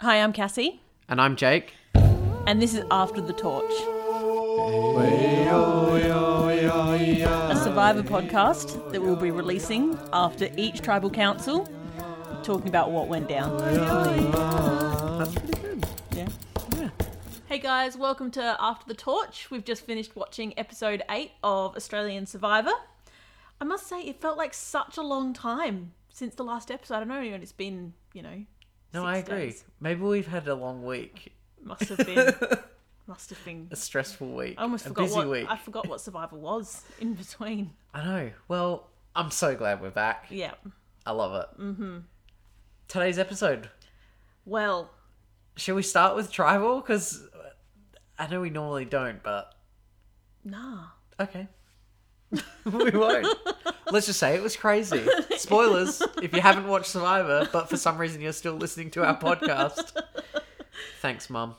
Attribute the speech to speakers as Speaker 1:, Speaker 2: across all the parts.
Speaker 1: Hi, I'm Cassie,
Speaker 2: And I'm Jake.
Speaker 1: and this is After the Torch. A survivor podcast that we'll be releasing after each tribal council, talking about what went down.
Speaker 2: That's pretty good.
Speaker 1: Yeah.
Speaker 3: Hey guys, welcome to After the Torch. We've just finished watching episode 8 of Australian Survivor. I must say, it felt like such a long time since the last episode. I don't know, and it's been, you know,
Speaker 2: No,
Speaker 3: six
Speaker 2: I agree.
Speaker 3: days.
Speaker 2: Maybe we've had a long week,
Speaker 3: Must have been. must have been.
Speaker 2: a stressful week,
Speaker 3: I almost
Speaker 2: a
Speaker 3: forgot
Speaker 2: busy
Speaker 3: what
Speaker 2: week.
Speaker 3: I forgot what Survivor was in between.
Speaker 2: I know. Well, I'm so glad we're back.
Speaker 3: Yeah.
Speaker 2: I love it. Mm-hmm. Today's episode.
Speaker 3: Well,
Speaker 2: Shall we start with tribal? Because I know we normally don't, but
Speaker 3: nah.
Speaker 2: okay. we won't. Let's just say it was crazy. Spoilers if you haven't watched Survivor, but for some reason you're still listening to our podcast. Thanks, Mum.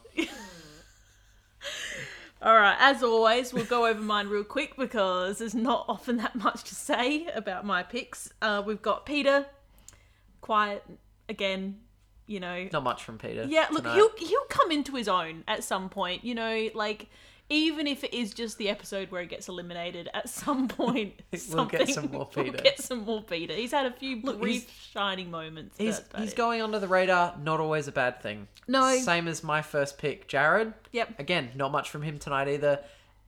Speaker 3: All right, as always, we'll go over mine real quick because there's not often that much to say about my picks. Uh, we've got Peter, quiet again, you know.
Speaker 2: Not much from Peter.
Speaker 3: yeah, look,
Speaker 2: tonight.
Speaker 3: he'll he'll come into his own at some point, you know, like even if it is just the episode where he gets eliminated, at some point
Speaker 2: We'll get some
Speaker 3: something-
Speaker 2: more Peter.
Speaker 3: We'll get some more Peter. He's had a few
Speaker 2: Look,
Speaker 3: brief
Speaker 2: he's-
Speaker 3: shining moments. but
Speaker 2: He's,
Speaker 3: that's about
Speaker 2: he's
Speaker 3: it.
Speaker 2: going under the radar, not always a bad thing.
Speaker 3: No.
Speaker 2: Same as my first pick, Jared.
Speaker 3: Yep.
Speaker 2: Again, not much from him tonight either.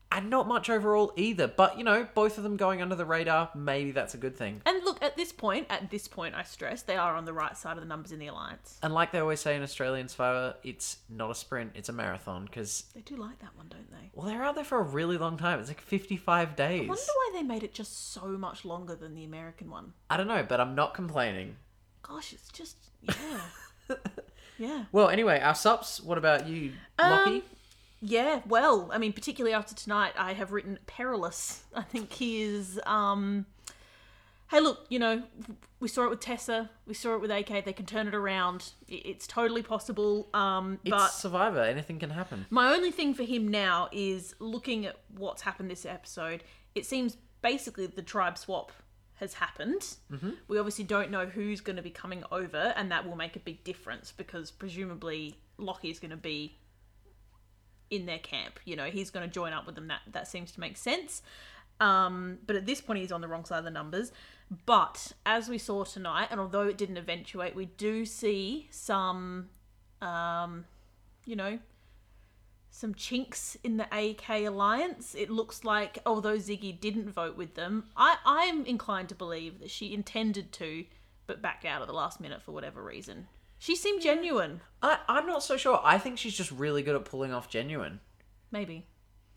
Speaker 2: And not much overall either. But, you know, both of them going under the radar, maybe that's a good thing.
Speaker 3: And look, at this point, at this point, I stress they are on the right side of the numbers in the alliance.
Speaker 2: And like they always say in Australian Survivor, it's not a sprint, it's a marathon. Because,
Speaker 3: They do like that one, don't they?
Speaker 2: well, they're out there for a really long time. It's like 55 days.
Speaker 3: I wonder why they made it just so much longer than the American one.
Speaker 2: I don't know, but I'm not complaining.
Speaker 3: Gosh, it's just yeah, yeah,
Speaker 2: Well, anyway, our subs, what about you, Lockie?
Speaker 3: yeah. Well, I mean, particularly after tonight, I have written perilous. I think he is. um Hey, look, you know, we saw it with Tessa, we saw it with AK. They can turn it around. I- It's totally possible. Um,
Speaker 2: it's
Speaker 3: but
Speaker 2: Survivor, anything can happen.
Speaker 3: My only thing for him now is looking at what's happened this episode. It seems basically the tribe swap has happened. Mm-hmm. We obviously don't know who's going to be coming over, and that will make a big difference because presumably Lockie's going to be in their camp. You know, he's going to join up with them. That that seems to make sense. Um, but at this point, he's on the wrong side of the numbers. But as we saw tonight, and although it didn't eventuate, we do see some, um, you know, some chinks in the AK alliance. It looks like, although Ziggy didn't vote with them, I, I'm inclined to believe that she intended to, but backed out at the last minute for whatever reason. She seemed genuine,
Speaker 2: I, I'm not so sure. I think she's just really good at pulling off genuine.
Speaker 3: maybe.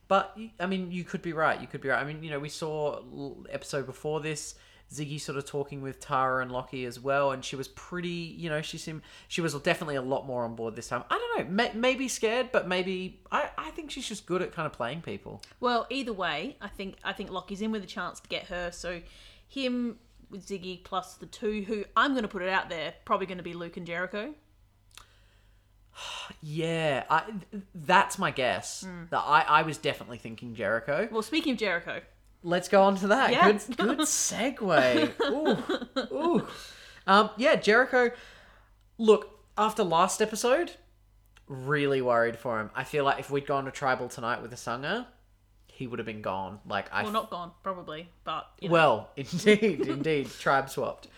Speaker 2: But y- I mean, you could be right. You could be right. I mean, you know, we saw l- episode before this Ziggy sort of talking with Tara and Lockie as well, and she was pretty. You know, she seemed she was definitely a lot more on board this time. I don't know. May, maybe scared, but maybe I. I think she's just good at kind of playing people.
Speaker 3: Well, either way, I think I think Lockie's in with a chance to get her. So him with Ziggy plus the two who I'm going to put it out there probably going to be Luke and Jericho.
Speaker 2: Yeah, I. th- That's my guess. That I. I was definitely thinking Jericho.
Speaker 3: Well, speaking of Jericho,
Speaker 2: Let's go on to that.
Speaker 3: Yeah.
Speaker 2: Good, good segue. Ooh, ooh. Um, yeah, Jericho. Look, after last episode, really worried for him. I feel like if we'd gone to tribal tonight with a Sunga, he would have been gone. Like I
Speaker 3: well not gone probably, but you know.
Speaker 2: well, indeed, indeed, tribe swapped.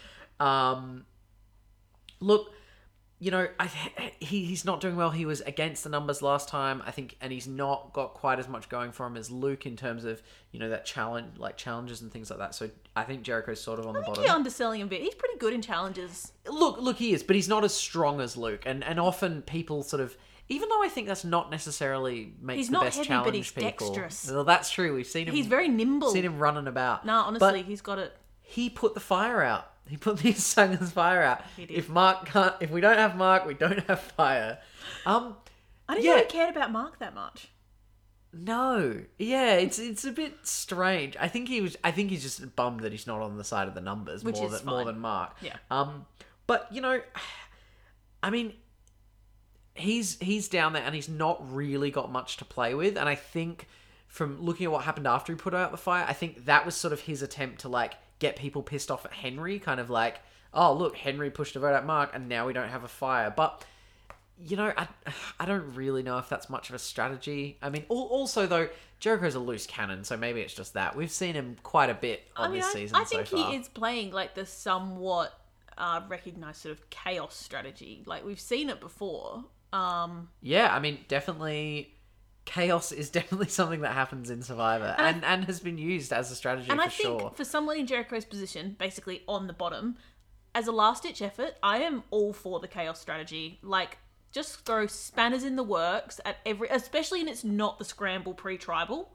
Speaker 2: Um, look, you know, I, he he's not doing well. He was against the numbers last time, I think, and he's not got quite as much going for him as Luke in terms of you know that challenge, like challenges and things like that. So I think Jericho's sort of on the
Speaker 3: I
Speaker 2: bottom.
Speaker 3: think you're underselling him a bit. He's pretty good in challenges.
Speaker 2: Look, look, he is, but he's not as strong as Luke, and and often people sort of. Even though I think that's not necessarily makes
Speaker 3: He's
Speaker 2: the
Speaker 3: not
Speaker 2: best
Speaker 3: heavy, but
Speaker 2: challenge
Speaker 3: he's
Speaker 2: people.
Speaker 3: dexterous.
Speaker 2: Well, that's true. We've seen him.
Speaker 3: He's very nimble.
Speaker 2: seen him running about.
Speaker 3: Nah,
Speaker 2: But-
Speaker 3: honestly, he's got it.
Speaker 2: he put the fire out. He put the Sanga's fire out.
Speaker 3: did.
Speaker 2: If Mark can't, if we don't have Mark, we don't have fire. Um,
Speaker 3: I didn't
Speaker 2: Yeah.
Speaker 3: know he cared about Mark that much.
Speaker 2: no, yeah, it's it's a bit strange. I think he was. I think he's just bummed that he's not on the side of the numbers
Speaker 3: Which
Speaker 2: more
Speaker 3: is
Speaker 2: than more
Speaker 3: fine.
Speaker 2: than Mark.
Speaker 3: Yeah.
Speaker 2: Um, but you know, I mean, he's he's down there and he's not really got much to play with. And I think from looking at what happened after he put out the fire, I think that was sort of his attempt to like get people pissed off at Henry, kind of like, oh look, Henry pushed a vote at Mark, and now we don't have a fire. But you know, I, I don't really know if that's much of a strategy. I mean, al- also though, Jericho's a loose cannon, so maybe it's just that we've seen him quite a bit on
Speaker 3: I mean,
Speaker 2: this
Speaker 3: I,
Speaker 2: season
Speaker 3: I think
Speaker 2: so far.
Speaker 3: he is playing like the somewhat uh, recognized sort of chaos strategy. Like we've seen it before. Um,
Speaker 2: Yeah, I mean, definitely, chaos is definitely something that happens in Survivor, and and has been used as a strategy
Speaker 3: and
Speaker 2: for
Speaker 3: I think
Speaker 2: sure.
Speaker 3: for someone in Jericho's position, basically on the bottom, as a last ditch effort, I am all for the chaos strategy. Like just throw spanners in the works at every, especially when it's not the scramble pre-tribal.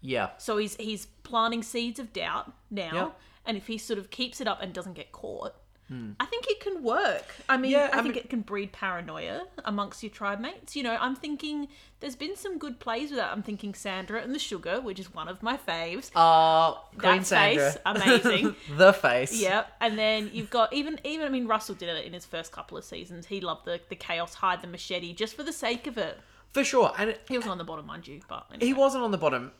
Speaker 2: Yeah,
Speaker 3: So he's he's planting seeds of doubt now,
Speaker 2: Yeah.
Speaker 3: and if he sort of keeps it up and doesn't get caught, I think it can work. I mean,
Speaker 2: Hmm. Yeah,
Speaker 3: I,
Speaker 2: I
Speaker 3: think
Speaker 2: mean-
Speaker 3: it can breed paranoia amongst your tribe mates. You know, I'm thinking there's been some good plays with that. I'm thinking Sandra and the Sugar, which is one of my faves.
Speaker 2: uh, Queen
Speaker 3: That
Speaker 2: Sandra,
Speaker 3: face, amazing.
Speaker 2: the face.
Speaker 3: Yep. And then you've got even even I mean Russell did it in his first couple of seasons. He loved the the chaos, hide the machete, just for the sake of it.
Speaker 2: for sure. And it,
Speaker 3: He was on the bottom, mind you, but anyway.
Speaker 2: he wasn't on the bottom.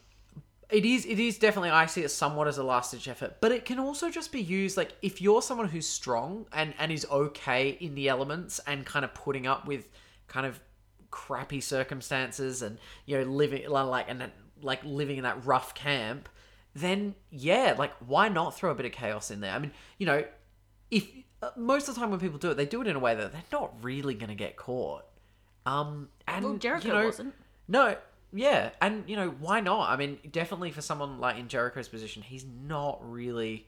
Speaker 2: It is it is definitely I see it somewhat as a last ditch effort, but it can also just be used like if you're someone who's strong and and is okay in the elements and kind of putting up with kind of crappy circumstances and you know living like and like living in that rough camp, then yeah, like why not throw a bit of chaos in there? I mean, you know, if uh, most of the time when people do it, they do it in a way that they're not really going to get caught. Um, and
Speaker 3: Well,
Speaker 2: you
Speaker 3: Jericho
Speaker 2: know,
Speaker 3: wasn't.
Speaker 2: No, yeah, and you know why not? I mean, definitely for someone like in Jericho's position, he's not really,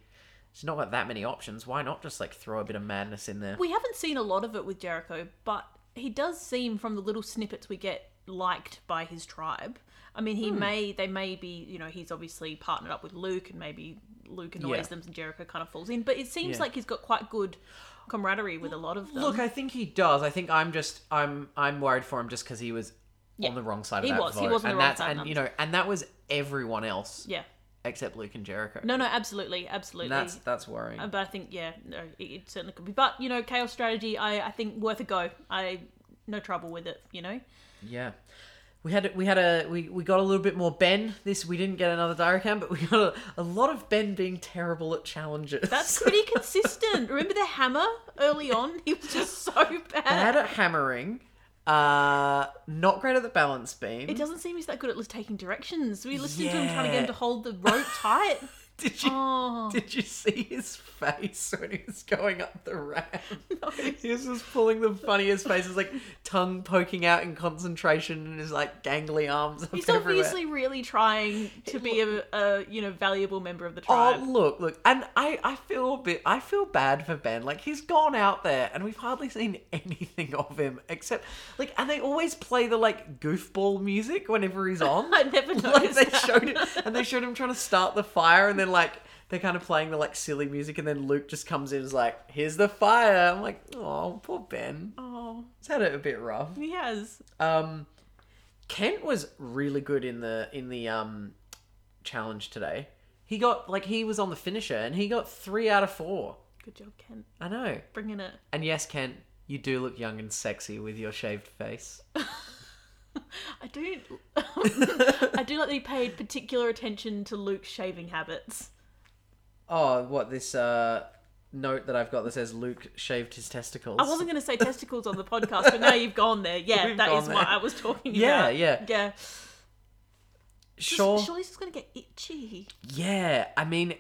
Speaker 2: he's not got that many options. Why not just like throw a bit of madness in there?
Speaker 3: We haven't seen a lot of it with Jericho, but he does seem, from the little snippets we get, liked by his tribe. I mean,
Speaker 2: Hmm.
Speaker 3: he may, they may be, you know, he's obviously partnered up with Luke, and maybe Luke annoys
Speaker 2: Yeah.
Speaker 3: them, and Jericho kind of falls in. But it seems
Speaker 2: Yeah.
Speaker 3: like he's got quite good camaraderie with a lot of them.
Speaker 2: Look, I think he does. I think I'm just I'm I'm worried for him just because he was
Speaker 3: Yeah.
Speaker 2: on the wrong side of
Speaker 3: He
Speaker 2: that
Speaker 3: was. He
Speaker 2: vote,
Speaker 3: was on the
Speaker 2: and
Speaker 3: wrong
Speaker 2: that's
Speaker 3: side of
Speaker 2: and
Speaker 3: that.
Speaker 2: you know and that was everyone else
Speaker 3: yeah,
Speaker 2: except Luke and Jericho.
Speaker 3: no, no, absolutely,
Speaker 2: and
Speaker 3: absolutely.
Speaker 2: that's that's worrying.
Speaker 3: Uh, But I think, yeah, no, it, it certainly could be. But you know, chaos strategy, I, I think worth a go. I no trouble with it, you know.
Speaker 2: Yeah. We had we had a we, we got a little bit more Ben. This we didn't get another diary cam, but we got a, a lot of Ben being terrible at challenges.
Speaker 3: That's pretty consistent. Remember the hammer early on? He was just so bad.
Speaker 2: bad at hammering. Uh, not great at the balance beam.
Speaker 3: It doesn't seem he's that good at just taking directions. We listened to him trying to
Speaker 2: Yeah.
Speaker 3: get him to hold the rope tight.
Speaker 2: Did you
Speaker 3: Oh.
Speaker 2: did you see his face when he was going up the ramp? He was just pulling the funniest faces, like tongue poking out in concentration, and his like gangly arms. Up
Speaker 3: He's
Speaker 2: everywhere.
Speaker 3: obviously really trying to be a, a you know valuable member of the
Speaker 2: Oh
Speaker 3: tribe.
Speaker 2: look, look, and I, I feel a bit, I feel bad for Ben. Like he's gone out there, and we've hardly seen anything of him except, like, and they always play the like goofball music whenever he's on.
Speaker 3: I never
Speaker 2: like
Speaker 3: noticed
Speaker 2: they
Speaker 3: that.
Speaker 2: showed it, and they showed him trying to start the fire, and then like they're kind of playing the like silly music, and then Luke just comes in and is like, "Here's the fire." I'm like, "Oh, poor Ben.
Speaker 3: Oh,
Speaker 2: He's had it a bit rough."
Speaker 3: he has.
Speaker 2: Um, Kent was really good in the in the um challenge today. He got like he was on the finisher and he got three out of four.
Speaker 3: Good job, Kent,
Speaker 2: I know.
Speaker 3: bringing it.
Speaker 2: And yes, Kent, you do look young and sexy with your shaved face.
Speaker 3: I do. I do like that he paid particular attention to Luke's shaving habits.
Speaker 2: Oh, what this uh note that I've got that says Luke shaved his testicles.
Speaker 3: I wasn't going to say testicles on the podcast, but now you've gone there. Yeah,
Speaker 2: We've
Speaker 3: that
Speaker 2: gone
Speaker 3: is what
Speaker 2: there.
Speaker 3: I was talking
Speaker 2: Yeah,
Speaker 3: about.
Speaker 2: yeah.
Speaker 3: yeah.
Speaker 2: sure.
Speaker 3: Surely it's going to get itchy.
Speaker 2: Yeah, I mean,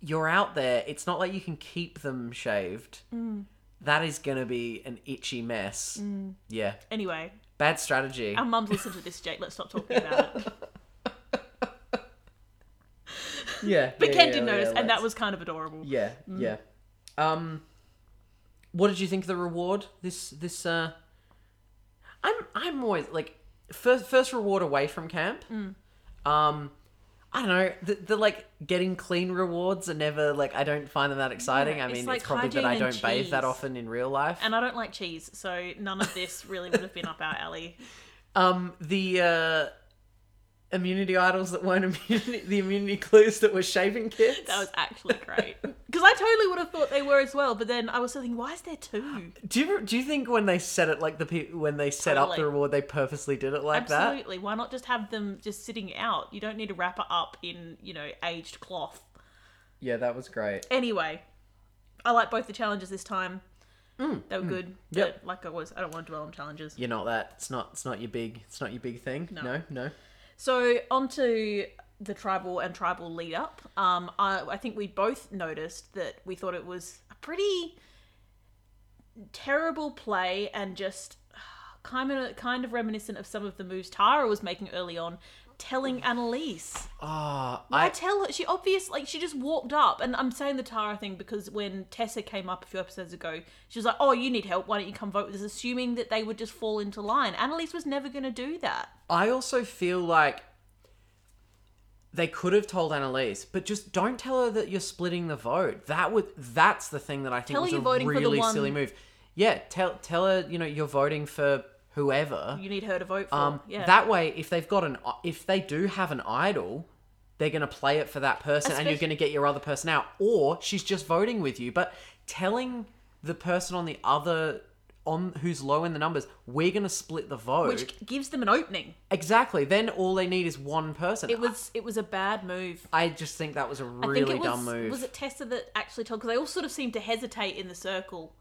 Speaker 2: you're out there. It's not like you can keep them shaved.
Speaker 3: Mm.
Speaker 2: That is gonna be an itchy mess. Yeah,
Speaker 3: Anyway,
Speaker 2: bad strategy.
Speaker 3: our mums listen to this, Jake. Let's stop talking about it.
Speaker 2: Yeah.
Speaker 3: But
Speaker 2: yeah,
Speaker 3: Ken
Speaker 2: yeah,
Speaker 3: did
Speaker 2: yeah,
Speaker 3: notice, and that
Speaker 2: let's-
Speaker 3: was kind of adorable.
Speaker 2: Yeah,
Speaker 3: Mm.
Speaker 2: yeah. Um what did you think of the reward? This this uh I'm I'm always like first first reward away from camp.
Speaker 3: Mm.
Speaker 2: Um I don't know. The, the like getting clean rewards are never like I don't find them that exciting.
Speaker 3: Yeah,
Speaker 2: I
Speaker 3: it's
Speaker 2: mean, it's,
Speaker 3: like
Speaker 2: probably that
Speaker 3: hygiene
Speaker 2: I
Speaker 3: and
Speaker 2: don't bathe that
Speaker 3: cheese.
Speaker 2: often in real life.
Speaker 3: And I don't like cheese, so none of this really would have been up our alley.
Speaker 2: Um, the uh, immunity idols that weren't immunity, the immunity clues that were shaving kits.
Speaker 3: That was actually great. Because I totally would have thought they were as well, but then I was still thinking, why is there two?
Speaker 2: Do you do you think when they set it like the pe- when they set up the
Speaker 3: Totally.
Speaker 2: reward they purposely did it like that?
Speaker 3: Absolutely. Why not just have them just sitting out? You don't need to wrap it up in, you know, aged cloth.
Speaker 2: Yeah, that was great.
Speaker 3: Anyway, I like both the challenges this time. They were good.
Speaker 2: Mm, Yep.
Speaker 3: But like I was, I don't want to dwell on challenges.
Speaker 2: You're not that. It's not. It's not your big. It's not your big thing. No. No.
Speaker 3: So onto the tribal and tribal lead up. Um, I, I think we both noticed that we thought it was a pretty terrible play and just uh, kind of kind of reminiscent of some of the moves Tara was making early on. Telling Annalise,
Speaker 2: Ah,
Speaker 3: I
Speaker 2: I.
Speaker 3: tell her she obviously like she just walked up, and I'm saying the Tara thing because when Tessa came up a few episodes ago, she was like, "Oh, you need help? Why don't you come vote with us?" Assuming that they would just fall into line. Annalise was never going to do that.
Speaker 2: I also feel like they could have told Annalise, but just don't tell her that you're splitting the vote. That would. That's the thing that I think
Speaker 3: Tell her
Speaker 2: was
Speaker 3: you're
Speaker 2: a
Speaker 3: voting for the
Speaker 2: really
Speaker 3: one-
Speaker 2: silly move. Yeah. Tell tell her you know you're voting for whoever.
Speaker 3: You need her to vote for.
Speaker 2: Um,
Speaker 3: yeah.
Speaker 2: That way, if they've got an, if they do have an idol, they're going to play it for that person, and you're
Speaker 3: Espec-
Speaker 2: going to get your other person out, or she's just voting with you. But telling the person on the other, on who's low in the numbers, we're going to split the vote.
Speaker 3: which gives them an opening.
Speaker 2: exactly. Then all they need is one person.
Speaker 3: It was it was a bad move.
Speaker 2: I just think that was a
Speaker 3: I
Speaker 2: really
Speaker 3: think it was
Speaker 2: dumb move.
Speaker 3: was it Tessa that actually told because they all sort of seemed to hesitate in the circle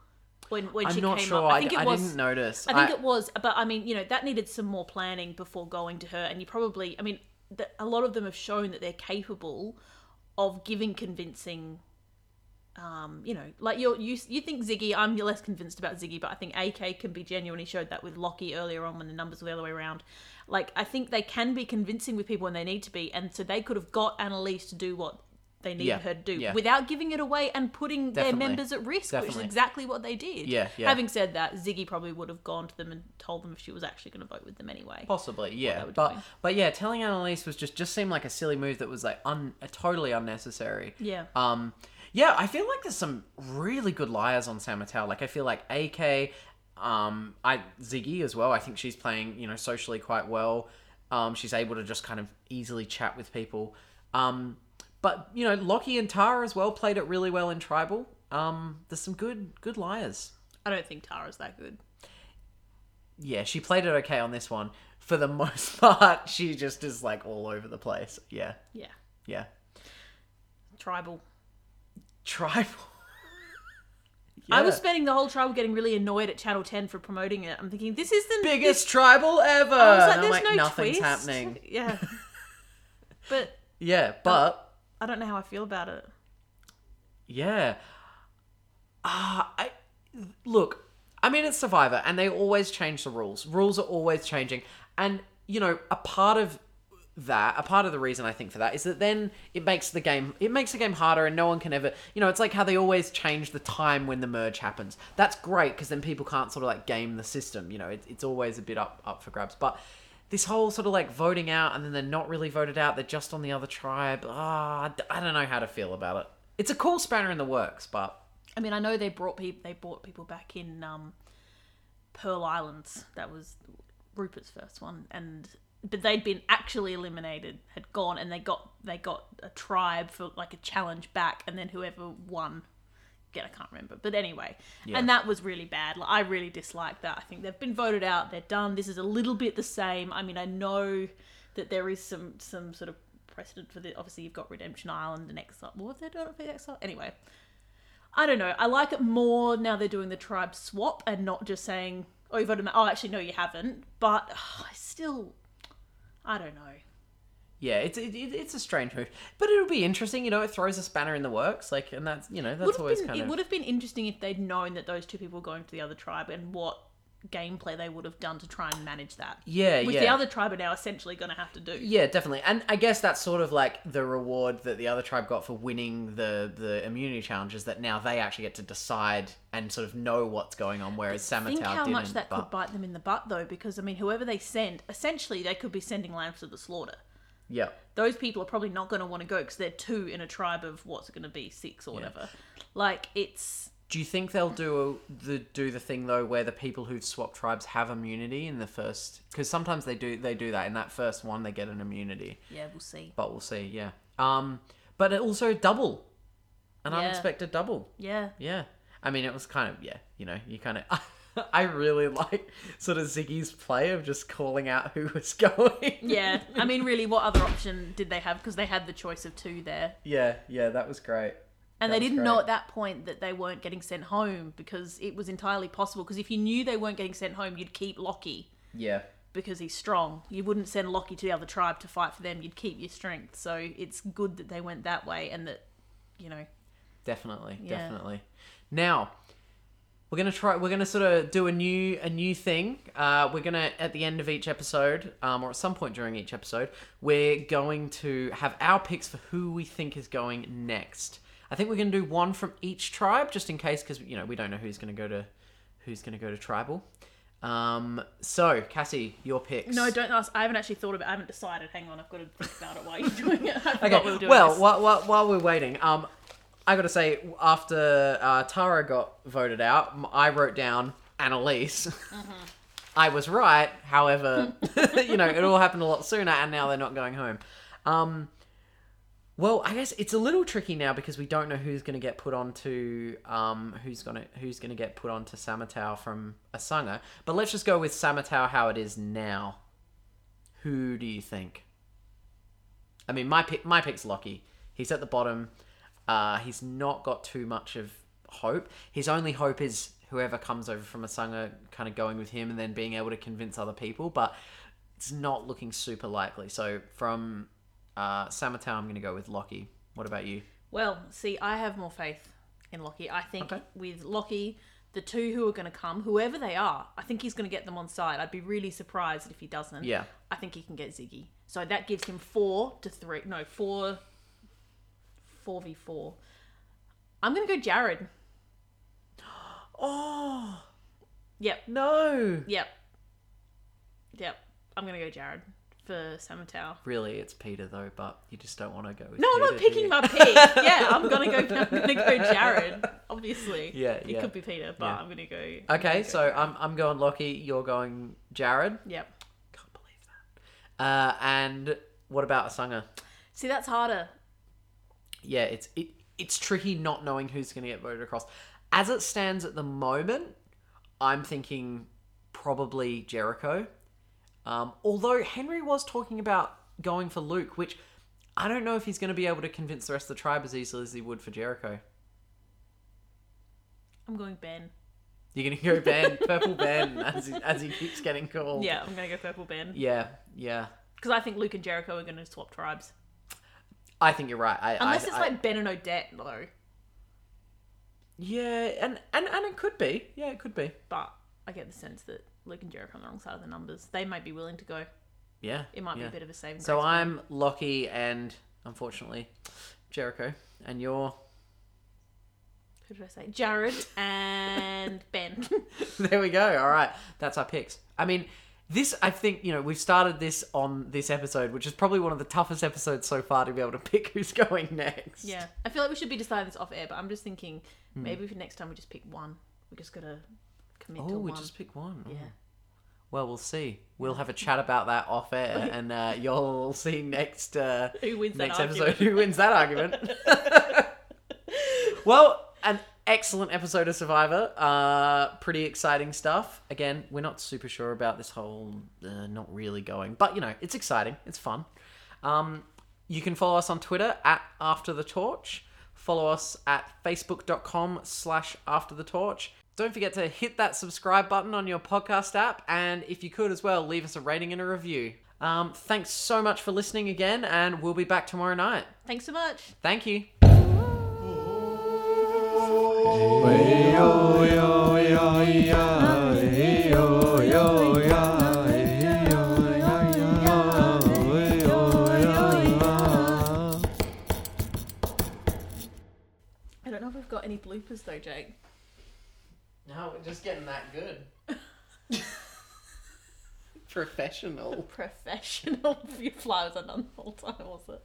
Speaker 3: when when
Speaker 2: I'm
Speaker 3: she
Speaker 2: not
Speaker 3: came
Speaker 2: sure.
Speaker 3: up.
Speaker 2: I,
Speaker 3: I think
Speaker 2: I
Speaker 3: it was.
Speaker 2: didn't notice.
Speaker 3: I think it was, but I mean, you know, that needed some more planning before going to her, and you probably, I mean, the, a lot of them have shown that they're capable of giving convincing. Um, you know, like you're, you you think Ziggy, I'm less convinced about Ziggy, but I think AK can be genuine. He showed that with Lockie earlier on when the numbers were the other way around. Like I think they can be convincing with people when they need to be, and so they could have got Annalise to do what they needed
Speaker 2: Yeah,
Speaker 3: her to do
Speaker 2: yeah.
Speaker 3: without giving it away and putting
Speaker 2: Definitely,
Speaker 3: their members at risk, which
Speaker 2: definitely.
Speaker 3: is exactly what they did.
Speaker 2: Yeah, yeah.
Speaker 3: Having said that, Ziggy probably would have gone to them and told them if she was actually going to vote with them anyway.
Speaker 2: Possibly, yeah,
Speaker 3: were
Speaker 2: but
Speaker 3: doing.
Speaker 2: but yeah, telling Annalise was just just seemed like a silly move that was like un uh, totally unnecessary.
Speaker 3: Yeah.
Speaker 2: Um. Yeah, I feel like there's some really good liars on Samatel. Like I feel like AK, um, I Ziggy as well. I think she's playing you know socially quite well. Um, she's able to just kind of easily chat with people. Um, but you know Lockie and Tara as well played it really well in tribal. Um, there's some good good liars.
Speaker 3: I don't think Tara's that good.
Speaker 2: yeah, she played it okay on this one. For the most part, she just is like all over the place. Yeah,
Speaker 3: Yeah.
Speaker 2: yeah.
Speaker 3: Tribal.
Speaker 2: Tribal.
Speaker 3: I was
Speaker 2: Yeah.
Speaker 3: spending the whole tribal getting really annoyed at Channel 10 for promoting it. I'm thinking, this is the
Speaker 2: biggest tribal ever.
Speaker 3: I was like,
Speaker 2: And I'm
Speaker 3: there's
Speaker 2: like,
Speaker 3: no
Speaker 2: nothing's
Speaker 3: twist.
Speaker 2: happening.
Speaker 3: Yeah. but
Speaker 2: Yeah, but
Speaker 3: I don't know how I feel about it.
Speaker 2: yeah. Ah, I look. I mean, it's Survivor, and they always change the rules. Rules are always changing, and you know, a part of that, a part of the reason I think for that is that then it makes the game, it makes the game harder, and no one can ever, you know, it's like how they always change the time when the merge happens. That's great because then people can't sort of like game the system. You know, it, it's always a bit up up for grabs, but. This whole sort of like voting out, and then they're not really voted out. They're just on the other tribe. Ah, I d- I don't know how to feel about it. It's a cool spanner in the works, but
Speaker 3: I mean, I know they brought people, they brought people back in um, Pearl Islands. That was Rupert's first one, and but they'd been actually eliminated, had gone, and they got they got a tribe for like a challenge back, and then whoever won. Again, I can't remember, but anyway, and that was really bad. Like, I really disliked that. I think they've been voted out. They're done. This is a little bit the same. I mean, I know that there is some some sort of precedent for this. Obviously, you've got Redemption Island and Exile. What have they done for Exile? Anyway, I don't know. I like it more now they're doing the tribe swap and not just saying, oh, you voted ma- Oh, actually, no, you haven't. But ugh, I still, I don't know.
Speaker 2: Yeah, it's it, it, it's a strange move, but it'll be interesting. You know, it throws a spanner in the works, like, and that's you know
Speaker 3: Would
Speaker 2: that's
Speaker 3: have
Speaker 2: always
Speaker 3: been,
Speaker 2: kind
Speaker 3: it
Speaker 2: of
Speaker 3: would have been interesting if they'd known that those two people were going to the other tribe and what gameplay they would have done to try and manage that.
Speaker 2: yeah,
Speaker 3: Which
Speaker 2: yeah,
Speaker 3: the other tribe are now essentially going to have to do.
Speaker 2: yeah, definitely. And I guess that's sort of like the reward that the other tribe got for winning the the immunity challenge is that now they actually get to decide and sort of know what's going on, whereas Samatau
Speaker 3: Think how
Speaker 2: didn't.
Speaker 3: much that
Speaker 2: but
Speaker 3: could bite them in the butt, though, because I mean, whoever they send, essentially, they could be sending lambs to the slaughter.
Speaker 2: yeah,
Speaker 3: those people are probably not going to want to go because they're two in a tribe of what's going to be six or whatever. Like it's
Speaker 2: do you think they'll do a, the do the thing though where the people who've swapped tribes have immunity in the first? Because sometimes they do they do that in that first one they get an immunity.
Speaker 3: yeah, we'll see.
Speaker 2: but we'll see. Yeah. Um, but it also double, an
Speaker 3: Yeah.
Speaker 2: unexpected double.
Speaker 3: Yeah,
Speaker 2: Yeah. I mean, it was kind of yeah. You know, you kind of. I really like sort of Ziggy's play of just calling out who was going.
Speaker 3: yeah. I mean, really, what other option did they have? Because they had the choice of two there.
Speaker 2: Yeah, yeah, that was great.
Speaker 3: And
Speaker 2: That
Speaker 3: they
Speaker 2: was
Speaker 3: didn't know
Speaker 2: great.
Speaker 3: at that point that they weren't getting sent home because it was entirely possible. Because if you knew they weren't getting sent home, you'd keep Lockie
Speaker 2: Yeah.
Speaker 3: because he's strong. You wouldn't send Lockie to the other tribe to fight for them. You'd keep your strength. So it's good that they went that way and that, you know,
Speaker 2: Definitely,
Speaker 3: Yeah.
Speaker 2: definitely. Now we're gonna try. We're gonna sort of do a new a new thing. Uh, we're gonna at the end of each episode, um, or at some point during each episode, we're going to have our picks for who we think is going next. I think we're gonna do one from each tribe, just in case, because you know we don't know who's gonna go to who's gonna go to tribal. Um, so Cassie, your picks.
Speaker 3: No, don't ask. I haven't actually thought about. I haven't decided. Hang on, I've got to think about it while you're doing it. I forgot
Speaker 2: Okay.
Speaker 3: we were doing
Speaker 2: well,
Speaker 3: this.
Speaker 2: while, while, while we're waiting, um, I gotta say, after uh, Tara got voted out, m- I wrote down Annalise.
Speaker 3: Mm-hmm.
Speaker 2: I was right. However, you know, it all happened a lot sooner, and now they're not going home. Um, well, I guess it's a little tricky now because we don't know who's going to get put onto um, who's going to who's going to get put onto Samatau from Asanga. But let's just go with Samatau how it is now. Who do you think? I mean, my pick, my pick's Lockie. He's at the bottom. Uh, he's not got too much of hope. His only hope is whoever comes over from Asanga kind of going with him and then being able to convince other people, but it's not looking super likely. So from uh, Samatau, I'm going to go with Lockie. What about you?
Speaker 3: well, see, I have more faith in Lockie. I think
Speaker 2: Okay.
Speaker 3: with Lockie, the two who are going to come, whoever they are, I think he's going to get them on side. I'd be really surprised if he doesn't.
Speaker 2: Yeah.
Speaker 3: I think he can get Ziggy. So that gives him four to three. No, four. Four v four. I'm going to go Jared.
Speaker 2: Oh,
Speaker 3: Yep.
Speaker 2: no.
Speaker 3: Yep. Yep. I'm going to go Jared for Samatau.
Speaker 2: Really, it's Peter, though, but you just don't want to go with
Speaker 3: No, I'm not
Speaker 2: Peter, do
Speaker 3: picking
Speaker 2: you?
Speaker 3: my pick. Yeah, I'm gonna go. I'm gonna go Jared. Obviously.
Speaker 2: Yeah,
Speaker 3: It
Speaker 2: yeah.
Speaker 3: could be Peter, but
Speaker 2: Yeah.
Speaker 3: I'm gonna go.
Speaker 2: Okay, so I'm, I'm going Lockie. You're going Jared.
Speaker 3: Yep.
Speaker 2: Can't believe that. Uh, and what about Asanga?
Speaker 3: See, that's harder.
Speaker 2: yeah, it's it, it's tricky not knowing who's going to get voted across. As it stands at the moment, I'm thinking probably Jericho. Um, although Henry was talking about going for Luke, which I don't know if he's going to be able to convince the rest of the tribe as easily as he would for Jericho.
Speaker 3: I'm going Ben.
Speaker 2: You're going to go Ben, purple Ben, as he, as he keeps getting called.
Speaker 3: Yeah, I'm gonna go purple Ben
Speaker 2: yeah, yeah.
Speaker 3: because I think Luke and Jericho are gonna swap tribes.
Speaker 2: I think you're right. I,
Speaker 3: Unless
Speaker 2: I,
Speaker 3: it's
Speaker 2: I-
Speaker 3: like Ben and Odette, though.
Speaker 2: yeah, and, and and it could be. Yeah, it could be.
Speaker 3: But I get the sense that Luke and Jericho are on the wrong side of the numbers. They might be willing to go.
Speaker 2: Yeah,
Speaker 3: It might be
Speaker 2: yeah.
Speaker 3: a bit of a saving.
Speaker 2: So
Speaker 3: grace.
Speaker 2: I'm Lockie and unfortunately Jericho, and you're
Speaker 3: Who did I say? Jared and Ben.
Speaker 2: there. We go. All right, that's our picks. I mean, this I think you know we've started this on this episode, which is probably one of the toughest episodes so far to be able to pick who's going next.
Speaker 3: Yeah, I feel like we should be deciding this off air, but I'm just thinking
Speaker 2: Hmm.
Speaker 3: maybe for next time we just pick one. We just gotta commit
Speaker 2: Oh,
Speaker 3: to
Speaker 2: we
Speaker 3: one.
Speaker 2: just pick one.
Speaker 3: Yeah.
Speaker 2: Well, we'll see. We'll have a chat about that off air, and uh, you'll see next uh,
Speaker 3: Who wins that
Speaker 2: next
Speaker 3: argument.
Speaker 2: episode who wins that argument. well, an excellent episode of Survivor. Uh, pretty exciting stuff. Again, we're not super sure about this whole uh, not really going, but you know, it's exciting. It's fun. Um, you can follow us on Twitter at After the Torch. Follow us at facebook.com slash after the torch. Don't forget to hit that subscribe button on your podcast app, and if you could as well, leave us a rating and a review. Um, thanks so much for listening again, and we'll be back tomorrow night.
Speaker 3: Thanks so much.
Speaker 2: Thank you.
Speaker 3: I don't know if we've got any bloopers though, Jake.
Speaker 2: No, we're just getting that good. Professional.
Speaker 3: Professional. Your flowers are done the whole time, was it?